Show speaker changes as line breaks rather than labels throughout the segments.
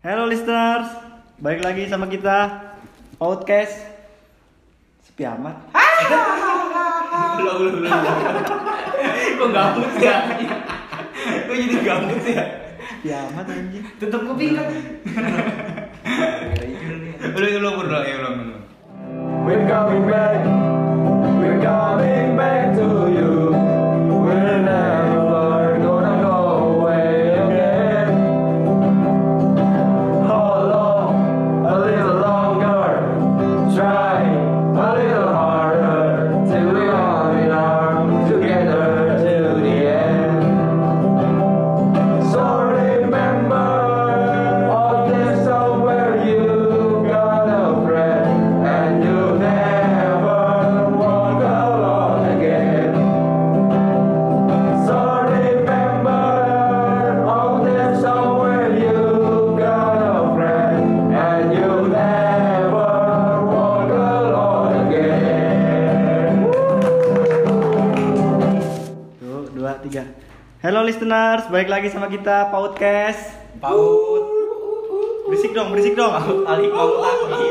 Hello listeners, balik lagi sama kita Outcast Sepi amat
belum belum belum kok gabut ya kok jadi gabut ya
Sepi amat anjing
tetep kuping kan belum belum belum ya belum belum
We're coming back. We're coming back to you. We're never gonna go away again. Hold on a little longer. Try a little harder till we all in arms together till the end. So remember, all this over you got a friend, and you never walk alone again. So remember, all this over you got a friend, and you never walk alone again.
Tuh, dua, tiga Hello listeners, balik lagi sama kita Outcast
paut
Berisik dong, berisik dong
ali ah, oh, paut lagi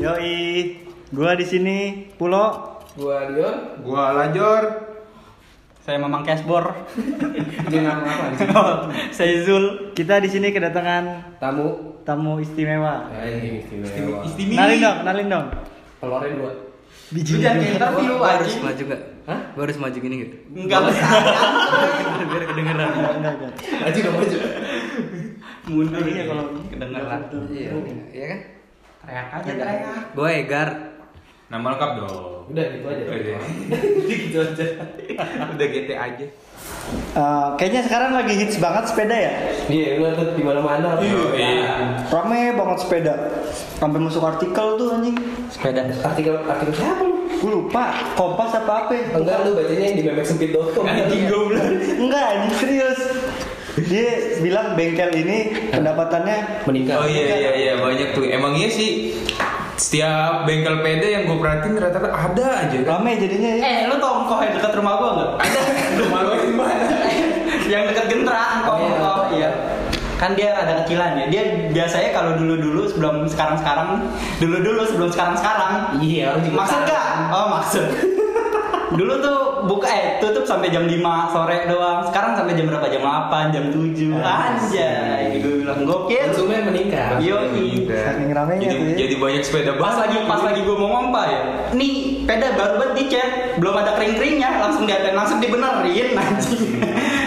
Yoi, gua di sini Pulo
Gua Dion,
gua lanjor
Saya Mamang Cashbor.
jenang apa sih?
saya Zul.
Kita di sini kedatangan
Tamu.
tamu istimewa
Ini istimewa.
Istimi.
Kenalin dong, kenalin dong
Telurnya dua.
Lu
Biji
jangan kayak interview
Gua
aja.
harus
maju nggak?
Hah?
Gua harus maju gini gitu.
Enggak besar.
Biar kedengeran.
Enggak, enggak, enggak
Maju dong maju.
Mundur
Iya,
ya
kalau
kalau kedengeran.
betul.
Iya, iya kan?
Teriak aja teriak.
Gua Egar.
nama lengkap dong
Udah gitu aja.
Udah
gitu
gitu.
aja.
udah GT
gitu
aja
Eh, Kayaknya sekarang lagi hits banget sepeda ya
Iya, lu tuh di mana-mana.
Iya.
Rame banget sepeda Sampai masuk artikel tuh anjing
Sepeda.
Artikel artikel siapa lu?
Gue lupa, kompas apa ya? apa
Enggak lu bacanya yang di memexempit.com. Anjing goblok.
Enggak, anjing serius. Dia bilang bengkel ini pendapatannya
Meningkat.
oh iya iya iya banyak tuh emang iya sih setiap bengkel PD yang gue perhatiin rata-rata ada aja kan
rame jadinya ya.
Eh, lu tau ongkoh yang dekat rumah gua enggak?
ada rumah lo di mana
yang dekat Gentra, ongkoh
Iya.
ongkoh iya. Kan dia ada kecilan ya. Dia biasanya kalau dulu-dulu sebelum sekarang-sekarang, dulu-dulu sebelum sekarang-sekarang.
Iya, orang juga
Maksud enggak? Oh, maksud. Dulu tuh buka eh tutup sampai jam 5 sore doang. Sekarang sampai jam berapa? Jam 8, jam 7. Anjay, gue bilang gokil.
Konsumnya meningkat.
Iya. Yoi.
Saking ramenya
jadi,
tuh ya.
jadi banyak sepeda
Pas
banget
lagi pas lagi gue mau ngompa ya. Nih, peda baru banget dicet, belum ada kering-keringnya, langsung diatain, langsung dibenerin anjing.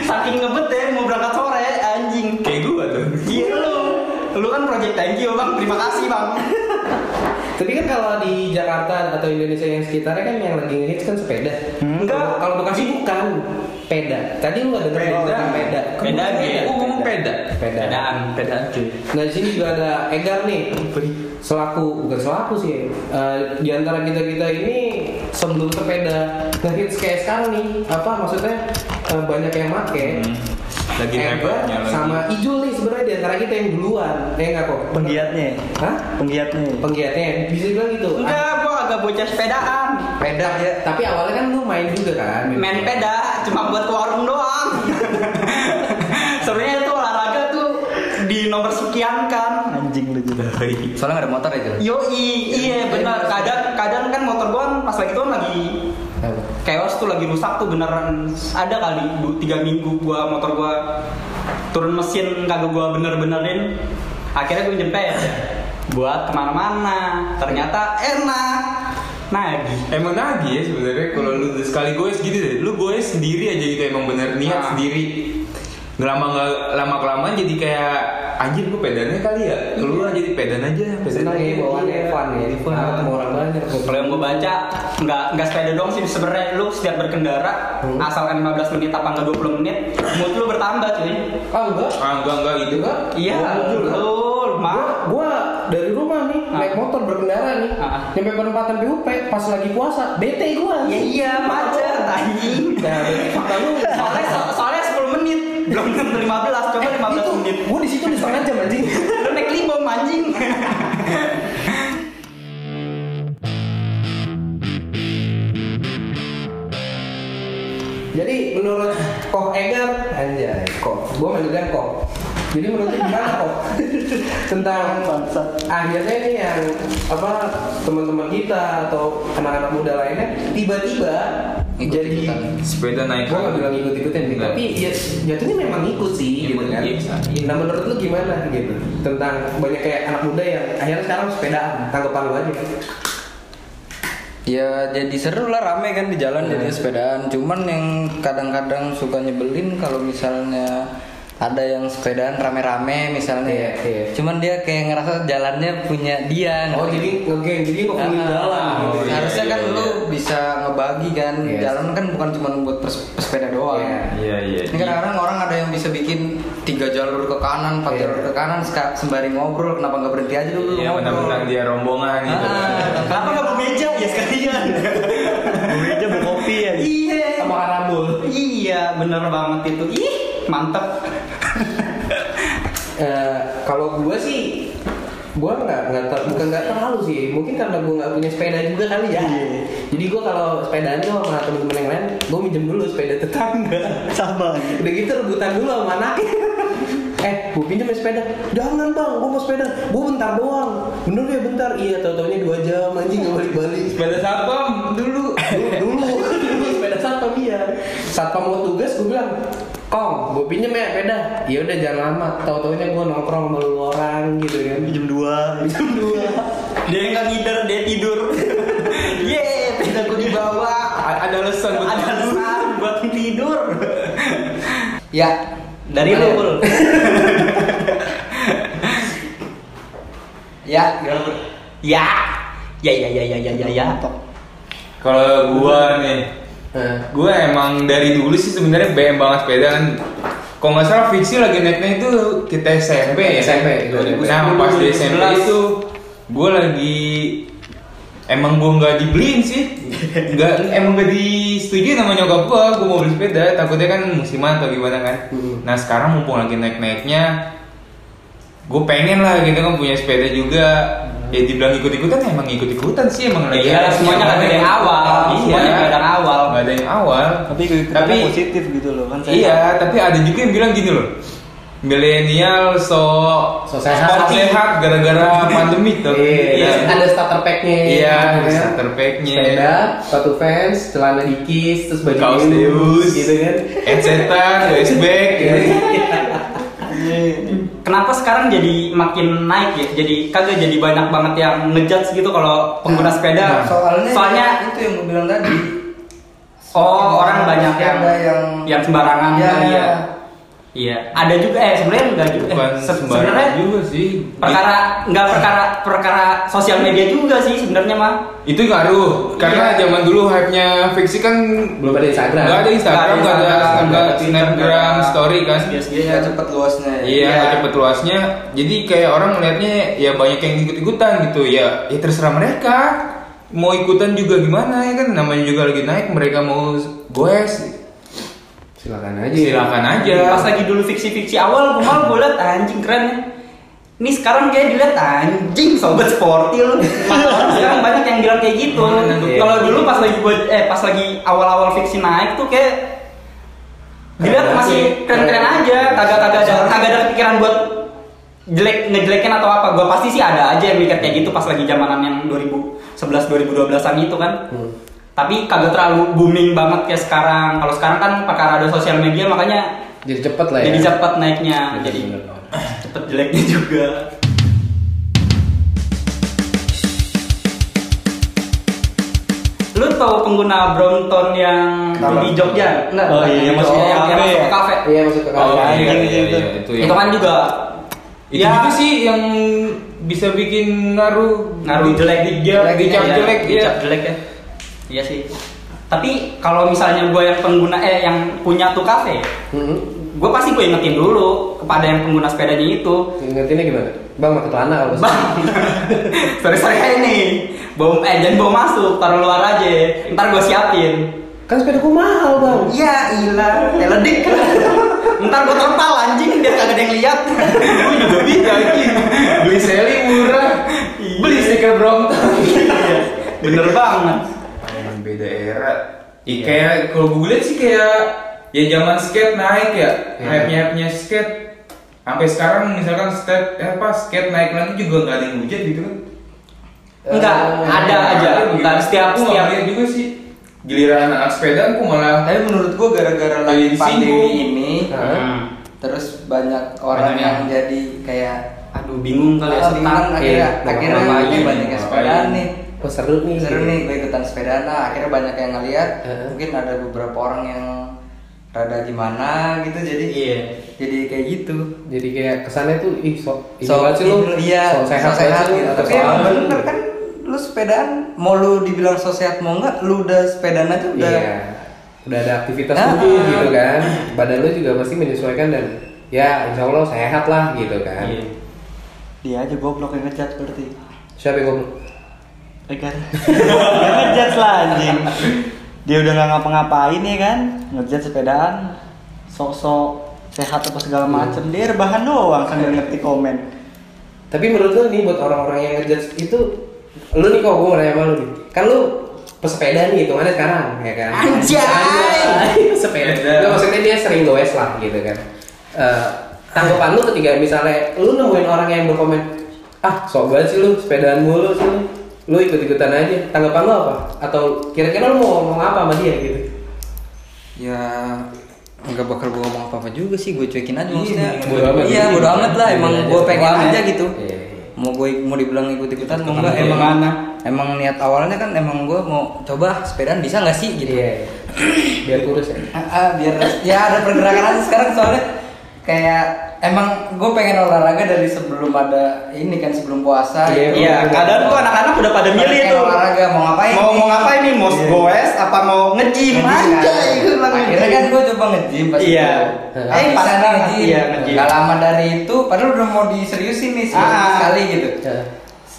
Saking ngebet ya mau berangkat sore anjing.
kayak gue tuh
Gila lu. Lu kan project thank you, Bang. Terima kasih, Bang.
Tapi kan kalau di Jakarta atau Indonesia yang sekitarnya kan yang lagi ngehits kan sepeda.
Enggak.
Kalau- Kalau Bekasi bukan peda. Tadi lu ada
Peda.
peda.
Peda,
Iya,
iya.
gue ngomong peda.
Peda.
Pedaan, pedaan cuy.
Nah di sini juga ada Egar nih selaku bukan selaku sih eh, di antara kita kita ini sebelum sepeda ngehits kayak sekarang nih apa maksudnya eh, banyak yang make
Lagi
Eh,
Egar
hebatnya lagi.
sama Ijul nih sebenarnya di antara kita yang duluan eh nggak kok
Penggiatnya. ya?
Hah?
Penggiatnya. ya?
penggiatnya bisa bilang gitu
Enggak, gua agak bocah sepedaan.
peda ya tapi awalnya kan lu main juga kan
Main peda cuma buat ke warung doang. Sebenarnya itu olahraga tuh di nomor sekian kan.
Anjing lu juga.
Soalnya nggak ada motor aja.
Yoi, iya benar. Kadang kadang kan motor gua kan pas lagi tuh lagi
Apa?
chaos tuh lagi rusak tuh beneran ada kali du- tiga minggu gua motor gua turun mesin kagak gua bener-benerin akhirnya gua jempet buat kemana-mana ternyata enak Nah, nagih
Emang nagih ya sebenarnya kalau lu sekali goes gitu deh, lu goes sendiri aja gitu emang bener niat
Ah.
Nah.
sendiri. Lama nggak lama kelamaan jadi kayak anjir gua pedannya kali ya. Keluar jadi pedan aja, pedan.
senang ya bawaan Evan ya Evan ketemu orang banyak
kalau yang gue baca nggak nggak sepeda doang sih sebenarnya lu setiap berkendara asalkan 15 menit apa nggak 20 menit mood lu bertambah cuy
ah enggak
Ah enggak enggak gitu
enggak
Oh,
iya
Gua-
betul
Gua,
mah
gua dari rumah nih
Ah.
naik motor berkendara nih
Ah.
nyampe perempatan PUP pas lagi puasa bete gua.
ya iya macet anjing
Nah, berarti fakta lu
soalnya so- soalnya 10 menit belum tentu 15 coba
Eh,
15 menit
Gua di situ di setengah jam anjing.
lu naik limbo anjing
Jadi menurut Koh Egar anjay, Koh. Gua manggilnya Koh.
Jadi menurut lu gimana kok tentang
Bangsa.
akhirnya nih yang apa teman-teman kita atau anak-anak muda lainnya tiba-tiba
Ikut
jadi
ikutan.
sepeda naik
gue nggak bilang gitu. ikut-ikutin sih,
Nah.
tapi ya jatuhnya memang ikut sih
Iya,
gitu kan.
iya, bisa.
Nah menurut lu gimana gitu tentang banyak kayak anak muda yang akhirnya sekarang sepedaan tanggapan lu aja.
Ya jadi seru lah rame kan di
Iya.
jalan jadi sepedaan. Cuman yang kadang-kadang suka nyebelin kalau misalnya ada yang sepedaan rame-rame misalnya
Iya,
ya.
iya.
Cuman dia kayak ngerasa jalannya punya dia.
Oh
ngerti?
jadi ngegeng jadi
Ah,
ngomongin jalan gitu.
iya,
harusnya kan
iya,
lu
iya.
bisa ngebagi kan
Yes.
jalan kan bukan cuma buat pers- pesepeda doang.
Iya.
Iya iya.
Ini kan kadang-kadang orang ada yang bisa bikin tiga jalur ke kanan, empat
Iya.
jalur ke kanan, seka- sembari ngobrol, kenapa nggak berhenti aja dulu
Iya
ngobrol?
menang-menang dia rombongan gitu.
Ah,
Kenapa nggak mau meja ya sekalian?
Meja berkopi ya.
iya.
Sama karambol.
Iya, bener banget itu. Ih, mantep.
Eh, kalau gue sih gue nggak nggak ter- bukan nggak terlalu sih mungkin karena gue nggak punya sepeda juga kali ya jadi gue kalau sepedaan tuh sama temen-temen yang lain gue minjem dulu sepeda tetangga
Sama.
udah gitu rebutan dulu sama anaknya eh gue pinjem ya sepeda jangan bang gue mau sepeda gue bentar doang bener ya bentar iya tau taunya dua jam anjing nggak balik balik
Sepeda satpam dulu.
dulu dulu sepeda satpam iya satpam mau tugas gue bilang kong gue pinjem ya sepeda iya udah jangan lama tau taunya gue nongkrong sama lu orang gitu kan
Jam 2.
jam dua
Dia nggak ngider, dia tidur. Ye, pindah di bawah.
A- Ada alasan buat
Ada alasan buat tidur.
Ya,
Dari lu, Pul.
ya,
Ya. Ya ya ya ya ya ya ya.
Kalau gua nih,
Nah,
gua emang dari dulu sih sebenarnya BM banget sepeda kan. Kalau nggak salah fiksi lagi naiknya itu kita SMP ya.
SMP,
kan? Nah pas di SMP
2011.
itu gua lagi emang gua nggak dibeliin sih. Nggak emang nggak disetujui sama nyokap gua. Gua mau beli sepeda takutnya kan musiman atau gimana kan.
Hmm.
Nah sekarang mumpung lagi naik naiknya, gue pengen lah gitu kan punya sepeda juga ya dibilang ikut-ikutan ya emang ikut-ikutan sih emang
Ya iyalah, semuanya kan dari awal.
iya.
Semuanya kan dari awal.
nggak ada yang awal
Tapi tapi positif gitu loh kan saya.
iya tapi ada juga yang bilang gini loh milenial so
So sehat.
so sehat gara-gara pandemi tuh
Iya, ada starter pack-nya.
gitu.
gitu
Iya, ada
kan.
starter pack-nya.
Sepeda, sepatu fans, celana dikis, terus baju
kaos deus
gitu kan.
headsetan waist bag gitu.
Iya.
Kenapa sekarang jadi makin naik ya? Jadi kagak jadi banyak banget yang ngejudge gitu kalau pengguna sepeda.
soalnya,
Nah, soalnya
itu yang gue bilang tadi.
Oh, orang banyak yang
Ada yang
yang sembarangan
Iya.
kali ya. Iya, ada juga eh sebenarnya enggak juga. Eh,
bukan
se-
sembarangan
sebenarnya
juga sih
perkara enggak perkara perkara sosial media juga sih sebenarnya mah.
itu ngaruh karena
Iya.
zaman dulu hype-nya fiksi kan
Belum ada Instagram.
nggak ada Instagram nggak ada nggak ada
Instagram,
Snapgram story kan
Iya.
dia
Biasanya
cepet luasnya. ya.
Iya, nggak cepet luasnya. Jadi kayak orang melihatnya ya banyak yang ikut-ikutan gitu. Ya, ya terserah mereka. Mau ikutan juga gimana ya kan namanya juga lagi naik mereka mau goes
Silakan aja.
silakan aja.
Iya, pas lagi dulu fiksi-fiksi awal gue malah gue liat anjing keren ya. Ini sekarang kayak dilihat anjing sobat sportil. Orang sekarang banyak yang bilang kayak gitu.
Iya,
Mana tuh?
Kalau dulu pas lagi buat eh pas lagi awal-awal fiksi naik tuh kayak dilihat
Keren
masih
aja.
keren-keren aja, kagak kagak ada kagak ada pikiran buat jelek ngejelekin atau apa. Gua pasti sih ada aja yang mikir kayak gitu pas lagi zamanan yang 2011 2012-an itu kan
Hmm.
tapi kagak terlalu booming banget kayak sekarang. Kalau sekarang kan perkara ada sosial media makanya
Jadi cepet lah ya.
jadi cepat naiknya,
Bener,
jadi
bener.
cepet jeleknya juga. Lu tahu pengguna Brompton yang
Kenapa?
di Jogja? Enggak,
Oh, iya,
yang
masuk
masuk
ke
yang,
kafe
masuk
ya?
ke kafe.
Iya masuk ke
Oh,
kamar.
iya, iya,
Anjing
iya,
itu.
itu.
Itu kan juga ya,
Itu juga sih yang bisa bikin ngaruh
ngaruh jelek
di jelek, dicap
Iya,
jelek ya.
dicap jelek ya iya sih tapi kalau misalnya gue yang pengguna eh yang punya tuh kafe
Mm-mm.
gue pasti gue ingetin dulu kepada yang pengguna sepedanya itu
Ingetinnya gimana? Bang pakai celana kalau
bang sorry sorry kayak ini bawa eh jangan bawa masuk taruh luar aja ntar gue siapin
Kan sepeda ku mahal bang.
iya
Ya,
ilah teledik ntar gue terpal anjing biar kagak ada yang lihat
Gue juga bisa anjing. Beli seli murah, beli stiker Brompton.
Iya, bener banget
Emang beda era. Ya, kayak kalau gue lihat sih kayak ya zaman skate naik ya,
Iya.
hype-nya skate. Sampai sekarang misalkan skate eh, apa skate naik lagi juga nggak ada yang hujan gitu kan?
Enggak,
Eh,
ada aja.
gitu.
Entar setiap
Oh,
Aku nggak
setiap
ngeliat juga sih giliran anak sepeda aku malah
Tapi menurut gua gara-gara lagi
Jadi
pandemi
singgung.
ini,
Hmm.
terus banyak orang
Banyak
yang
yang-
jadi kayak
aduh bingung kali ya
"Ah,
setak
bingung, akhirnya
kayak,
akhirnya
ngapain
banyak
ini,
banyak yang sepedaan
ngapain.
nih.
Kok Oh, seru nih.
Seru nih gue ikutan sepedaan lah. Akhirnya banyak yang ngeliat.
Heeh.
Mungkin ada beberapa orang yang rada gimana gitu jadi
Iya.
jadi kayak gitu.
Jadi kayak kesannya tuh ih sok ini
So,
banget sih lu.
iya,
sok sehat banget sih.
gitu.
atau
Tapi
sok
emang
apa.
bener kan lu sepedaan mau lu dibilang so sehat mau nggak lu udah sepedaan aja udah
Iya. Udah ada aktivitas
Ah.
tubuh gitu kan. Badan lu juga pasti menyesuaikan dan ya insya Allah sehat lah gitu kan.
Iya.
Dia aja goblok yang ngecat berarti.
Siapa yang ngomong?
Egar. Dia ngejat lah anjing. Dia udah nggak ngapa-ngapain ya kan? Ngejat sepedaan, sok-sok sehat apa segala
Iya.
macem. Dia rebahan doang sambil ngetik komen.
Tapi menurut lu nih buat orang-orang yang ngejudge itu lu nih kok gue mau nanya sama lu nih. Kan lu pesepeda nih hitungannya sekarang ya kan.
Anjay!
Anjay, Pesepeda.
Pesepeda.
Nggak, maksudnya dia sering goes lah gitu kan. Eh, tanggapan lu ketika misalnya lu nemuin orang yang berkomen, "Ah, sok banget sih lu sepedaan mulu sih lu." Lu ikut-ikutan aja. Tanggapan lu apa? Atau kira-kira lu mau ngomong apa sama dia gitu?
ya nggak bakal gue ngomong apa apa juga sih gue cuekin aja
Iya,
maksudnya
bodo amat.
iya bodo amat lah emang
Iya,
gue
iya.
pengen
Iya.
aja gitu
Iya.
mau gue mau dibilang ikut ikutan mau
Ikutan
nggak
aja.
emang
Mana?
ya. emang niat awalnya kan emang gue mau coba sepedaan bisa nggak sih gitu
Iya. Biar kurus ya.
Ah, ah, biar ya ada pergerakan aja sekarang soalnya kayak emang gue pengen olahraga dari sebelum ada ini kan sebelum puasa
Iya,
gitu.
Iya, kadang tuh anak-anak udah pada milih
Pengen
tuh.
olahraga mau ngapain
Mau
nih?
mau ngapain nih? Mau
Iya.
goes apa mau nge-gym?
Nge-gym kan.
Anjay, gue bilang
Akhirnya kan
nge-gym.
gue coba nge-gym pas
Iya.
itu.
Eh,
Eh, pas
pas
ada
banget.
nge-gym.
Iya, nge-gym.
Gak lama dari itu, padahal udah mau diseriusin nih seminggu
Ah.
sekali gitu.
Eh,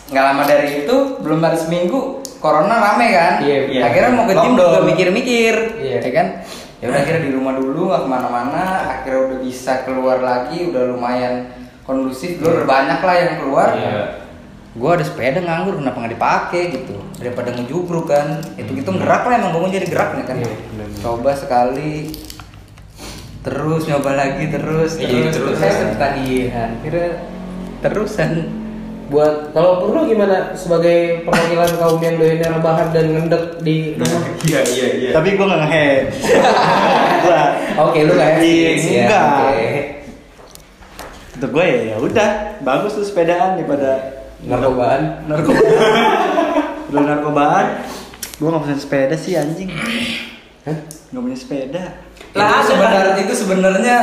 Gak lama dari itu, belum ada seminggu, corona rame kan.
Iya,
iya.
Akhirnya mau ke gym
Lockdown.
juga mikir-mikir,
Iya.
ya kan? Ya udah akhirnya di rumah dulu, gak kemana-mana. Akhirnya udah bisa keluar lagi, udah lumayan kondusif. Dulu
Iya.
udah banyak lah yang keluar.
Iya.
Gue ada sepeda nganggur, kenapa nggak dipakai gitu? Daripada ngejubruk kan, itu itu gerak lah emang bangun jadi gerak nih kan.
Iya, benar-benar.
Coba sekali, terus nyoba lagi terus
Iya, terus.
terus saya ketagihan. Akhirnya terusan
buat kalau perlu gimana sebagai perwakilan kaum yang doyannya rebahan dan ngendek di rumah
Iya iya iya.
Tapi gue nggak ngehem. Gua-
oke lu nggak
Iya,
eksis ya
enggak.
oke.
Kata gue ya ya udah, bagus tuh sepedaan daripada
narkobaan
narkoba. Udah narkobaan. Gue nggak punya sepeda sih anjing.
Hah?
Nggak punya sepeda.
lah itu sebenarnya itu sebenarnya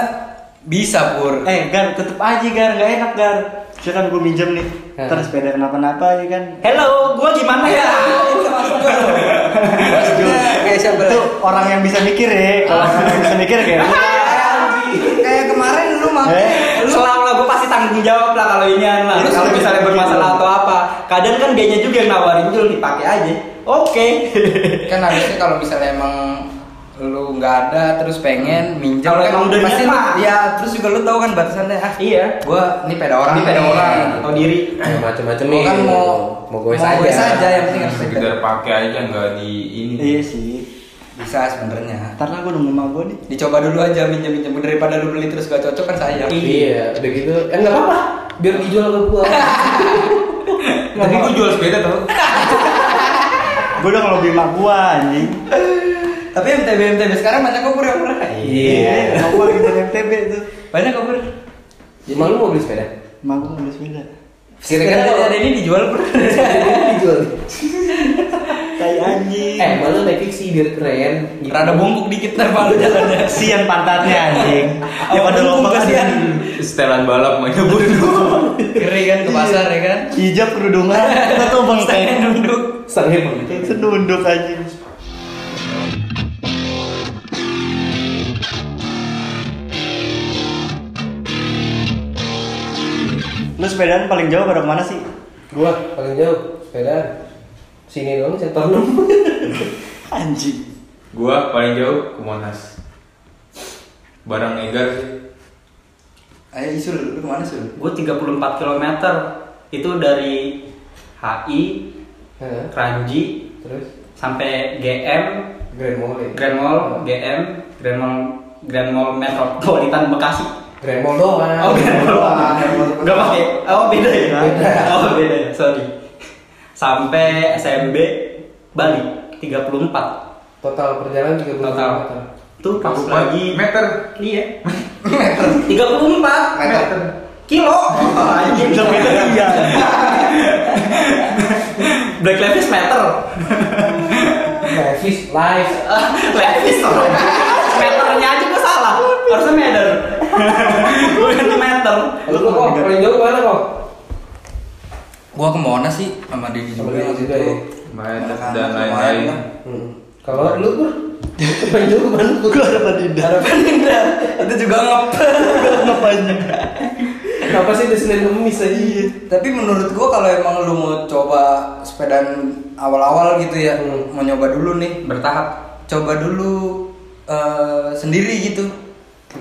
bisa pur
Eh Gar, tetep aja Gar, nggak enak Gar. Silakan gue minjem nih.
Hah.
Ntar sepeda kenapa-napa ya kan.
Hello, gua gimana ya?
Iya, itu maksud gue loh.
Iya,
maksudnya kayak siapa
Itu orang yang bisa mikir ya. Kalau orang yang bisa mikir kayak gua.
kayak kemarin lu mah
Eh.
Selalu lah, gue pasti tanggung jawab lah kalau ini lah.
Iya,
Kalau
iya,
misalnya
iya.
bermasalah atau apa, kadang kan dianya juga yang nawarin dulu dipakai aja. Oke.
kan harusnya kalau misalnya emang lu nggak ada terus pengen minjem
Kalau
kan
emang udah
pasti
niat,
lu-
Pak.
ya terus juga lu tahu kan batasannya ah
Iya.
gua ini peda orang
Ini peda
nih.
orang atau diri.
ya, macam-macam
Gua
nih
kan mau
mau gue
mau goes aja yang penting harus sepeda.
sekedar pakai aja kan, nggak di ini.
Iya sih.
bisa sebenarnya
Ntar lah gue nunggu sama gue nih.
dicoba dulu aja minjem minjem daripada lu beli terus gak cocok kan sayang
iya udah gitu ya nggak apa-apa biar dijual ke gua
Tapi gua jual sepeda tau.
Gue udah ngelobi mak gue anjing.
tapi MTB MTB sekarang banyak kompor yang murah
Iya. Mak gue lagi dari MTB tuh.
banyak kompor
emang lu Ya, mau beli sepeda
Mak gue beli sepeda.
Sepeda
kira-kira dari
kalau-
ada ini dijual pur
dijual
Tai anjing.
eh malu naik fiksi biar keren gitu.
rada bungkuk dikit ntar malu jalannya
Kasian pantatnya anjing. Ya pada
Bungkuk,
lomba
kasihan.
kasihan.
Setelan balap mainnya buru.
kiri kan ke pasar ya kan
Hijab kerudungan. Kita tuh bang
Saya duduk
Sange banget.
Senunduk anjing. Lu sepedaan paling jauh pada kemana sih?
gua paling jauh sepeda sini doang sektor 6
Anjing.
Gua paling jauh ke Monas. Barang Egar sih.
ayo isul lu kemana sul
Gue 34 km itu dari HI,
Hah?
Kranji,
terus
sampai GM,
Grand Mall ya?
Grand Mall, GM, Grand Mall, Grand Mall Metropolitan Bekasi.
Gremol doang.
Oh, Grand Mall doang. Nggak pakai. Oh, beda ya.
Beda.
Oh, beda ya. Sorry. Sampai SMB Bali 34
Total perjalanan 30
total.
km.
Tuh pas
Kabupaten
lagi
meter.
Iya. 34
Meter.
kilo. Anjing sampai iya. Black Levis meter.
Levis, live.
Ah, Levis orang. Meternya aja gua salah. Harusnya meter. Gua ganti meter.
Lu kok paling jauh mana kok?
Gua ke Monas sih sama Dedi
Sama
juga
Dedi
waktu
juga
itu.
ya.
Meter
Makan
dan
lumayan
lain-lain.
lah.
Hmm. Kalau lu Pur? Lu paling jauh mana?
Gue harapan indah Harapan indah Itu juga ngep Ngapainnya
Kenapa sih di Senin Kemis aja?
Tapi menurut gua kalau emang lu mau coba sepedaan awal-awal gitu ya,
Hmm.
mau nyoba dulu nih,
Bertahap.
coba dulu eh, sendiri gitu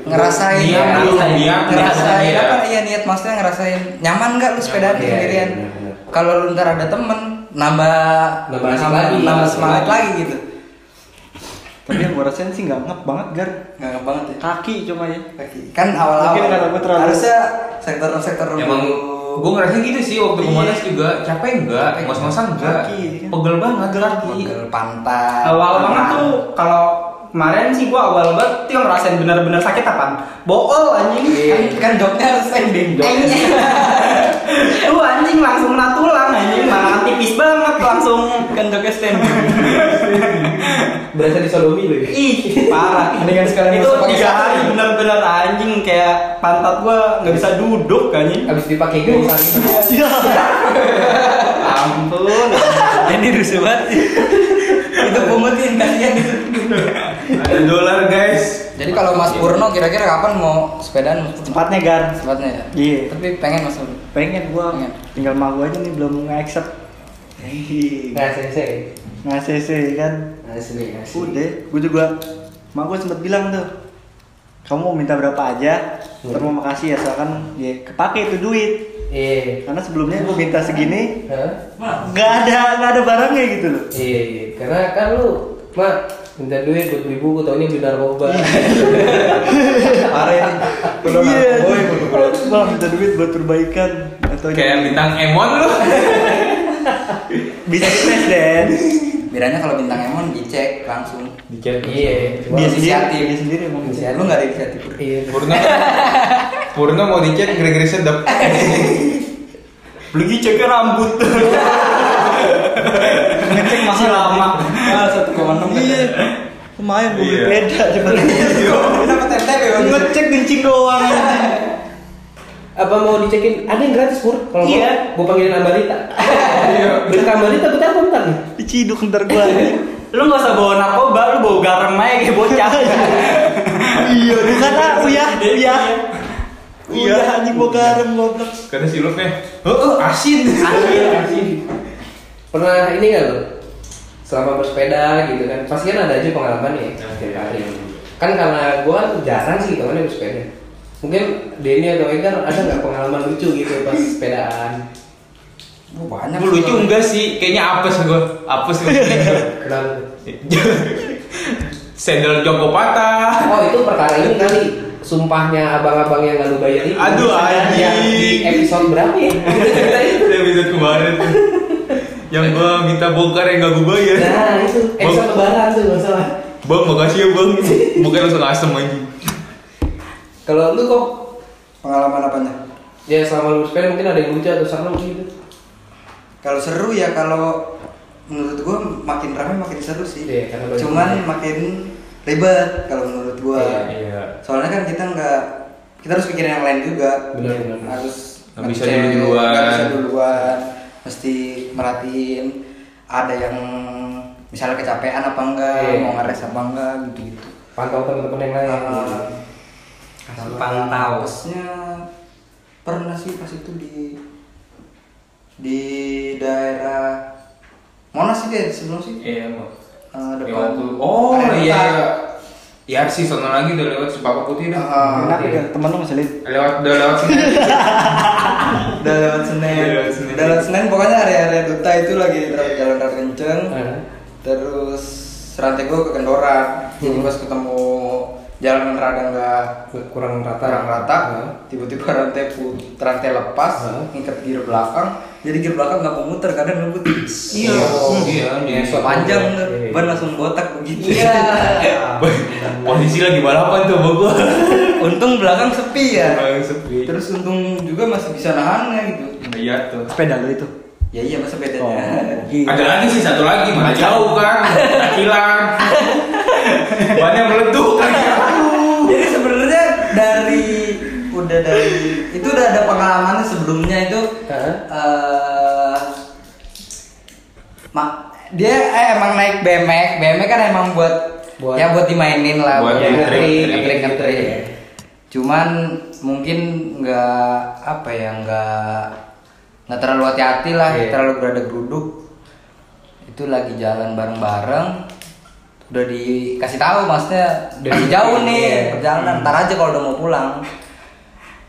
Iya.
ngerasain
Iya,
Niat
apa-
dulu, niat,
ngerasain
niat,
apa
niat.
iya niat maksudnya ngerasain nyaman nggak lu sepedaan
iya,
sendirian
iya, benar.
kalau lu ntar ada temen nambah
Nambah asik lagi.
nambah semangat lagi gitu
Tapi yang gue rasain sih gak ngep banget Gar
nggak banget ya
Kaki cuma ya
Kaki. kan awal-awal
Mungkin karena gua terlalu-
harusnya sektor-sektor
Emang gue ngerasa gitu sih waktu ke Monas juga capek iya. enggak,
Capek.
ngos-ngosan enggak,
Kaki, kan?
pegel banget kaki.
Pegel pantai
awal banget tuh kalau kemarin sih gua awal banget tuh yang ngerasain benar-benar sakit apaan bool anjing
kan, kan joknya harus Iya. ending
anjing lu anjing langsung kena tulang anjing mana tipis banget langsung
Kan
kendoknya stand
Berasa di Sodomi lu ya?
ih parah
Mendingan sekalian
itu
masuk pakai
tiga
sarung.
hari benar-benar anjing kayak pantat gua nggak bisa duduk anjing
Abis dipakai gue
ampun
jadi rusuh banget sih. itu pemutin kasihan
Ada dolar guys.
Jadi kalau Mas Purno gitu- kira-kira kapan mau sepedaan?
Cepatnya Gar
Cepatnya ya?
Iya.
Tapi pengen Mas Purno.
Pengen gue
Pengen.
Tinggal mah gue aja nih belum nge-accept
Nah, sensei
Nge-CC kan
Asli, asli
Udah Gue juga Mak gue sempet bilang tuh Kamu mau minta berapa aja
Hmm.
Terima makasih ya Soalkan ya, kepake itu duit
Iya
Karena sebelumnya gue minta segini
Hah?
Gak ada, gak ada barangnya gitu loh
Iya, iya. karena kan lu, mak minta duit buat beli buku, tahunnya beli narkoba.
Iya, Parah ini.
Belum
Iya.
narkoba, belum belum.
Bang, minta duit buat perbaikan atau
Kayak bintang Emon lu.
bisa tes Den.
Biranya kalau bintang Emon dicek langsung.
Iya, cuma-
Dia
Dia
sendiri,
inisiatif.
dia sendiri emang
Inisiatif. Lu nggak ada inisiatif. Pur.
Iya.
Purno Purno mau dicek gara-gara sedap.
beli ceknya rambut
ngecek
masih lama
Ah, 1,6
Iya. Lumayan gue
Iya.
beda coba.
Kenapa tempe ya?
Ngecek kencing doang. anjing.
Apa mau dicekin? Ada yang gratis pur? Kalau
Iya.
Gue panggilin Ambarita. Beli Ambarita, bentar, bentar nih.
Diciduk ntar gua.
lu nggak usah bawa narkoba lu bawa garam aja kayak bocah
Iya, kata uyah, uyah.
Iya.
Uyah anjing gua garam goblok.
Karena silupnya. Heeh, Oh, asin.
Pernah ini nggak lo? Selama bersepeda gitu kan, pasti kan ada aja pengalaman ya. tiap hari. Kan karena gue jarang sih temannya bersepeda. Mungkin Denny atau Edgar ada nggak pengalaman lucu gitu pas sepedaan?
Wah, banyak.
Gue lucu enggak sih? Kayaknya apes gue. Apes gue.
Kenapa? tuh?
Sendal Joko patah.
Oh itu perkara ini kali sumpahnya abang-abang yang lalu bayar itu.
Aduh,
Yang di
anjing.
episode berapa ya? Kita ceritain.
Udah bisa kemarin. tuh. Yang gue minta bongkar yang gak gue bayar.
Nah itu episode lebaran tuh nggak salah.
Bang, makasih ya bang. Mukanya langsung asem aja.
Kalau lu kok
Pengalaman apanya?
ya selama lu sepeda mungkin ada yang lucu atau serem gitu.
Kalau seru ya kalau menurut gua makin ramai makin seru sih.
Iya, karena banyak
Cuman
orang.
makin ribet kalau menurut gua.
Iya.
soalnya kan kita nggak kita harus pikirin yang lain juga
Benar, benar.
harus
Nggak bisa
ngecek,
dulu-duluan.
nggak bisa duluan mesti merhatiin ada yang misalnya kecapean apa enggak
Iya.
mau ngeres apa enggak gitu gitu
Pantau teman-teman yang
Eh,
lain.
Ah.
pantau.
Pasnya pernah sih pas itu di di daerah Monas sih deh sebelum sih
Iya, mau.
Eh,
Lewat
depan
tuh. Oh,
Arena
iya.
Utara.
Ya sih, sono lagi udah lewat sepapak putih dah.
Heeh.
Kenapa ya? Temen lu ngeselin.
Lewat, udah lewat sini.
udah lewat Senin
Udah lewat Senen. Iya,
udah lewat Senen pokoknya area-area Duta itu lagi terap- jalan rap
Iya.
Nah,
kenceng
Heeh. Hmm.
terus rantai gue kekendoran jadi pas ketemu jalan rada nggak
kurang rata
kurang rata
Nah.
tiba-tiba rantai put rantai lepas
Nah.
ngikat gear belakang jadi gear belakang nggak mau muter kadang ngebut
Iya. Iya, jadi
so panjang kan? tuh,
Iya.
ban langsung botak begitu
Posisi lagi balapan tuh bawa gua.
untung belakang sepi ya
Oh,
Belakang sepi.
iya.
terus untung juga masih bisa nahannya gitu
Iya tuh.
sepeda lu itu
ya iya masa bedanya
Oh.
Gila.
Ada lagi sih satu lagi mana jauh kan, hilang. Banyak meletup lagi.
Jadi sebenarnya dari udah dari itu udah ada pengalamannya sebelumnya itu
Hah?
eh mak dia eh, emang naik BMX BMX kan emang buat,
Buat-
ya buat dimainin lah
Buat ngetrik,
ngetrik,
ngetrik.
ngetrik, ngetrik. cuman mungkin nggak apa ya nggak nggak terlalu hati-hati lah
Iya.
terlalu berada geruduk itu lagi jalan bareng-bareng udah dikasih tahu maksudnya
Udah
masih
di-
jauh nih
iya.
perjalanan ntar aja kalau udah mau pulang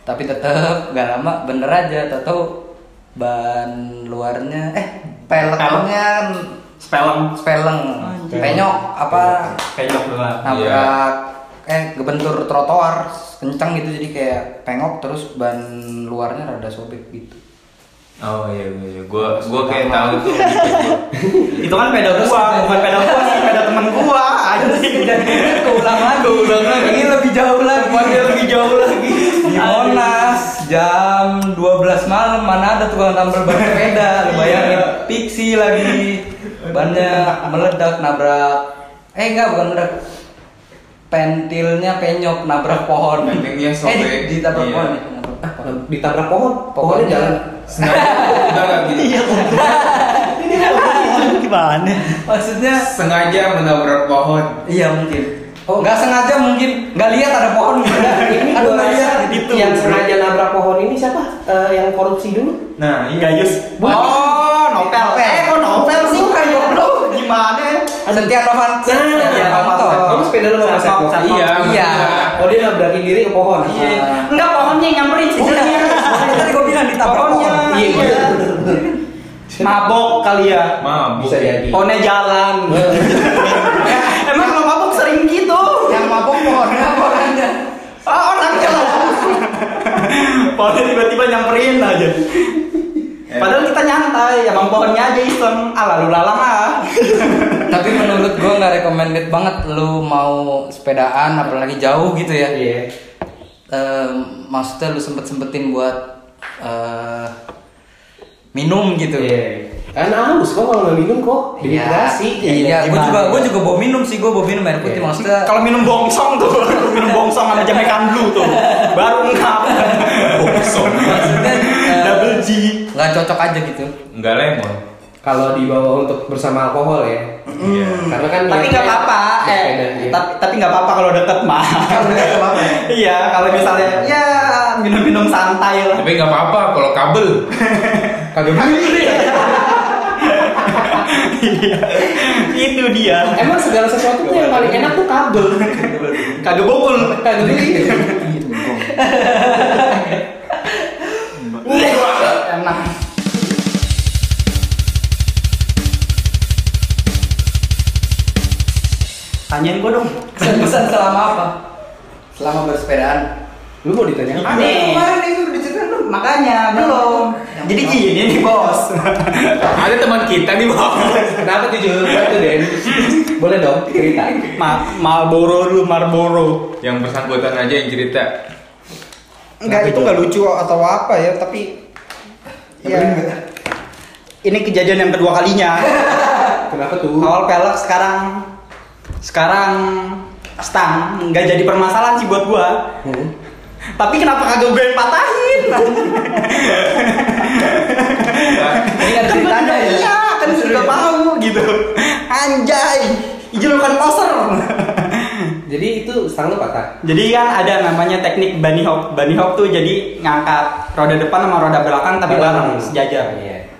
tapi tetep gak lama bener aja tahu ban luarnya eh peleknya kan
Spelling
speleng
Anjing.
penyok apa
Pejok
Iya.
doang.
nabrak eh kebentur trotoar kenceng gitu jadi kayak pengok terus ban luarnya rada sobek gitu
Oh iya iya, iya. gua gua kayak tahu tuh.
Itu kan peda gua, bukan peda gua sih, peda temen gua. Anjing.
keulang lagi keulang lagi ini lebih jauh lagi
lebih jauh lagi.
di Monas jam 12 malam mana ada tukang tambal ban sepeda
Iya.
lu bayangin pixi lagi bannya meledak nabrak eh enggak bukan meledak pentilnya penyok nabrak pohon
Pentilnya sobek.
eh di- ditabrak
Iya.
pohon ya nabrak
Ah,
pohon.
ditabrak pohon
Pohonnya
pohonnya jalan
Sengaja udah nggak gitu.
gimana
maksudnya
Sengaja menabrak pohon.
iya mungkin oh nggak sengaja mungkin nggak lihat ada pohon
Nah, ini
aduh
gua
nggak
rasa
lihat
gitu yang sengaja nabrak pohon ini siapa Eh, yang korupsi dulu
Nah, iya.
Gayus. Oh, novel. Eh, kok novel sih?
bukan goblok
Gimana?
Setia Novanto Setia Novanto
Iya, Kamu sepeda lu sama
Satpol.
Satpol.
Iya.
Iya.
oh dia nabrakin diri ke pohon Ah.
Iya.
Enggak pohonnya yang nyamperin sih.
Makanya tadi gua bilang ditabrak
Pohonnya.
pohon.
iya
Iya.
bener-bener.
Mabok kali ya.
Mabuk.
Bisa jadi.
Pohonnya jalan. Emang kalau mabok sering gitu.
yang mabok pohonnya pohonnya
Ah, orang jalan. Pohonnya tiba-tiba nyamperin aja. Padahal kita nyantai, emang pohonnya aja iseng. Ala lu lalang ah.
tapi menurut gua nggak recommended banget lu mau sepedaan apalagi jauh gitu ya
iya
Eh, maksudnya lu sempet sempetin buat eh, minum gitu Ya,
iya kan haus kok kalau nggak minum kok dehidrasi
iya, gue juga gue juga bawa minum sih, gue bawa minum air putih maksudnya.
Kalau minum bongsong tuh, minum bongsong sama Jamaican Blue tuh. Baru ngap. Bongsong.
maksudnya eh,
Double G.
nggak cocok aja gitu.
Enggak lemon.
kalau dibawa untuk bersama alkohol ya
Iya.
karena kan
Hmm. tapi
yang-
nggak apa-apa eh
sepeda, iya.
tapi tapi nggak apa-apa kalau deket mah iya kalau misalnya ya minum-minum santai lah
Tapi nggak apa-apa kalau kabel.
kagak
itu dia
emang segala sesuatu tuh
Iya,
yang paling enak tuh kabel
kagak bokul
kagak beli
enak tanyain gua dong
Kesan-kesan selama apa? Selama bersepedaan.
lu mau ditanya apa?
Nih.
Kemarin itu udah diceritain belum?
makanya belum jadi gini nih bos
Ada teman kita nih bang.
Kenapa tuh Jul? Kenapa tuh Den? Boleh dong ceritain.
Ma Marlboro dulu Marlboro
Yang bersangkutan aja yang cerita.
enggak itu nggak lucu atau apa ya tapi ya ini kejadian yang kedua kalinya
Kenapa tuh?
awal pelek sekarang sekarang stang nggak jadi permasalahan sih buat gua
Hmm.
tapi kenapa kagak gue yang patahin
Ini
Kan
ada ceritanya ya.
iya kan sudah mau gitu anjay Ijul bukan poser
Jadi itu stang lu patah.
jadi kan ada namanya teknik bunny hop bunny hop tuh jadi ngangkat roda depan sama roda belakang tapi bareng sejajar
Iya.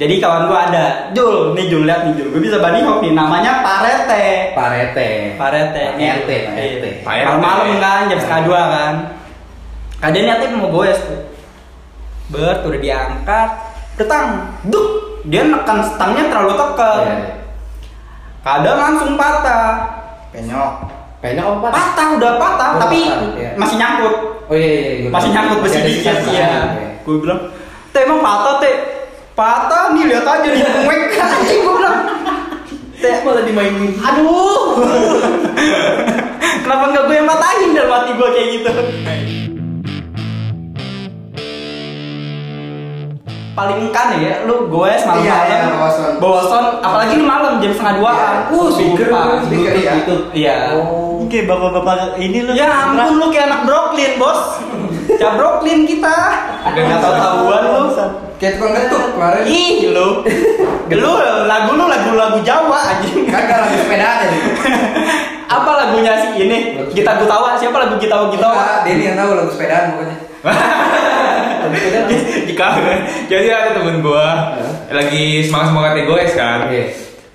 jadi kawan gua ada Jul nih Jul lihat nih Jul gue bisa bunny hop nih namanya parete
Parete.
Parete.
Pak RT, Pak
Iya.
RT.
Pak RT.
Malam-malam kan jam setengah dua kan. Kadang niatnya mau goes tuh. Bert udah diangkat, tetang, duk, dia nekan stangnya terlalu tekan.
Iya.
Kadang langsung patah.
Penyok.
Kayaknya kamu patah.
patah udah patah
Oh,
tapi
patah, iya.
masih nyangkut
Oh iya iya. iya, gua
masih
tahu.
nyangkut besi
Kayak ada
dinya
sisa-sisa.
iya
Oke.
gue bilang teh emang patah teh patah nih lihat aja nih ngek anjing gue bilang teh
malah dimainin.
aduh kenapa nggak gue yang patahin dalam hati gue kayak gitu paling kan ya lu gue semalam
Iya, iya,
malam
bosen.
bosen apalagi lu malam jam setengah dua
Uh, speaker,
sumpah.
speaker ya.
iya
Oh.
Oke, bapak-bapak ini lu.
Ya ampun lu kayak anak Brooklyn bos Ya Brooklyn kita Udah gak tau tahuan lu
Kayak tukang ketuk kemarin.
Ih lu Lu lagu lu lagu-lagu Jawa anjing
Kagak lagi sepeda aja.
Apa lagunya sih ini? Kita Gutawa Siapa lagu Gitawa Gutawa?
Pak Denny yang tahu lagu sepedaan pokoknya.
kan
Iya.
Jika jadi ada temen gua lagi semangat semangatnya goes kan.
Iya.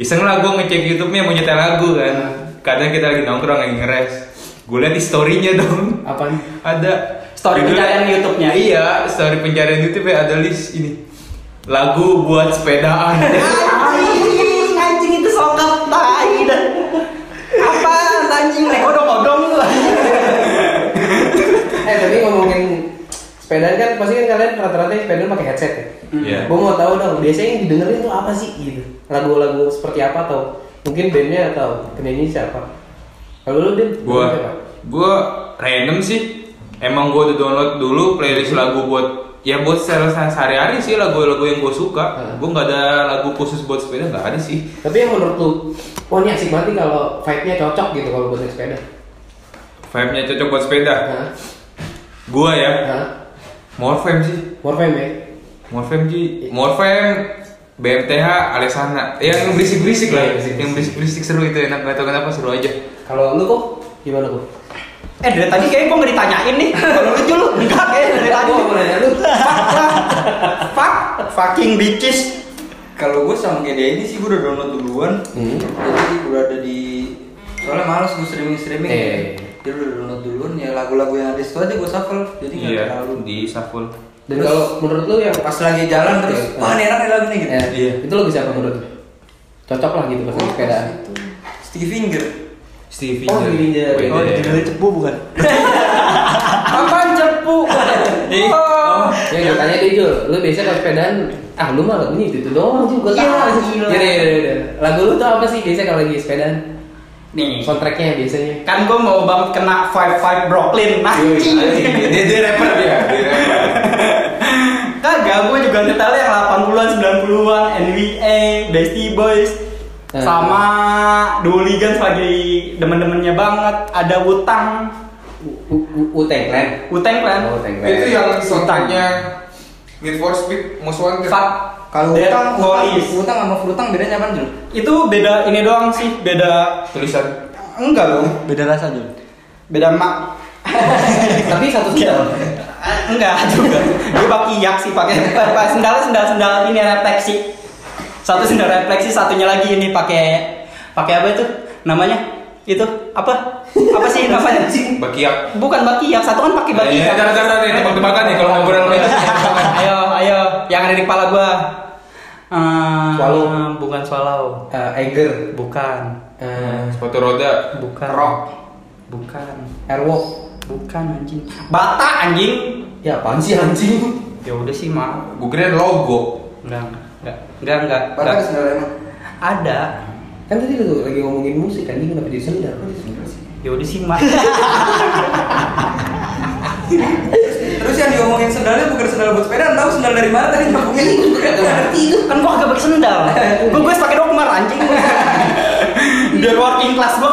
Iseng lah gua ngecek YouTube-nya mau nyetel lagu kan. Kadang kita lagi nongkrong lagi ngeres. Gue liat di story-nya dong.
Apa?
Ada
Story
judulnya-
pencarian YouTube-nya.
Iya, story pencarian YouTube ya ada list ini. Lagu buat sepedaan.
Hmm. Anjing anjing itu sokap tai dah Apa anjing nih odong-odong lu
Eh tapi ngomongin sepedaan kan pasti kan kalian rata-rata yang sepedaan pakai headset ya.
Iya.
Gue mau tahu dong biasanya yang didengerin tuh apa sih gitu? Lagu-lagu seperti apa atau mungkin bandnya atau penyanyi siapa? Kalau lu Din,
gua
siapa?
gua random sih emang gua udah download dulu playlist lagu buat ya buat secara sehari-hari sih lagu-lagu yang gua suka
Hmm.
gua nggak ada lagu khusus buat sepeda nggak ada sih
Tapi yang menurut lu, wah ini asik banget nih kalau vibe-nya cocok gitu kalau buat naik sepeda.
vibe-nya cocok buat sepeda
Hah?
gua ya
Hah?
Morfem sih
Warframe ya?
Morfem sih Morfem BMTH Alexana Ya, yang berisik-berisik lah
Iya, berisik-berisik.
yang berisik-berisik seru itu enak nggak tahu kenapa seru aja
Kalau lu kok gimana kok?
Eh dari tadi kayaknya gue gak ditanyain nih Kalau lucu lu Enggak kayaknya dari tadi
mau nanya lu.
Fuck Fucking bitches
Kalau gue sama kayak dia ini sih gue udah download duluan.
Hmm.
Jadi udah ada di soalnya males gue streaming streaming.
Eh.
Jadi udah download duluan ya lagu-lagu yang ada di situ aja gue shuffle. Jadi nggak
iya
terlalu di
di shuffle
Dan kalau menurut lu yang
pas lagi jalan terus
Iya.
wah ini enak nih lagu nih gitu.
Ya,
Iya.
Itu lo bisa apa menurut lu? Cocok lah gitu pas
Oh,
naik sepeda.
itu. Sticky finger.
Stevie
Oh, Ninja.
Oh, judulnya cepu bukan?
Apaan cepu? Oh.
Ya gue tanya deh Jul, lu biasa kalau sepedaan Ah lu mah lagunya itu, itu doang sih, gue tau
Iya,
Ya
gila.
udah, ya udah, ya udah. Lagu lu tuh apa sih biasa kalau lagi sepedaan?
Nih,
Soundtracknya biasanya
kan gue mau banget kena five five Brooklyn anjing.
Iya, dia dia rapper dia dia rapper
Kagak, gue juga nyetelnya yang 80-an, 90-an, NWA, Beastie Boys,
Hmm.
sama Dolly Guns lagi demen-demennya banget, ada Utang,
U- U- Uteng Clan
Utang kan?
Oh, Uteng Clan
itu yang soundtracknya Need for Speed musuhan kan?
Fuck.
Kalau
Dead
utang, utang,
Boys.
utang sama frutang bedanya apa Jul?
Itu beda ini doang sih, beda
tulisan
enggak dong,
Beda rasa, Jul.
beda mak
Tapi satu
Iya.
sendal
Eh, enggak juga dia pakai yak sih pakai pakai sendal sendal sendal ini refleksi satu sendal refleksi satunya lagi ini pakai pakai apa itu namanya itu apa apa sih namanya
bakiak
bukan baki yak satu kan pakai baki
Eh,
yak.
Jangan jangan nih tebak-tebakan nih kalau ngobrol sama itu.
ayo ayo yang ada di kepala gua Eh,
Swallow.
bukan swallow
Eh, Eiger
bukan
Eh,
Sepatu roda.
bukan
Rock.
bukan
Airwalk
bukan anjing bata anjing
Ya apaan sih anjing?
ya udah sih maaf
Gue kira logo.
enggak enggak enggak enggak, enggak.
Padahal sendal emang.
ada
Kan tadi lu lagi ngomongin musik anjing kenapa jadi sendal?
ya udah sih mak
Terus yang diomongin sendalnya bukan sendal buat sepeda, tahu sendal dari mana tadi ngomongin?
kan gua agak pakai sendal gua gue pakai dokmar anjing biar working class gua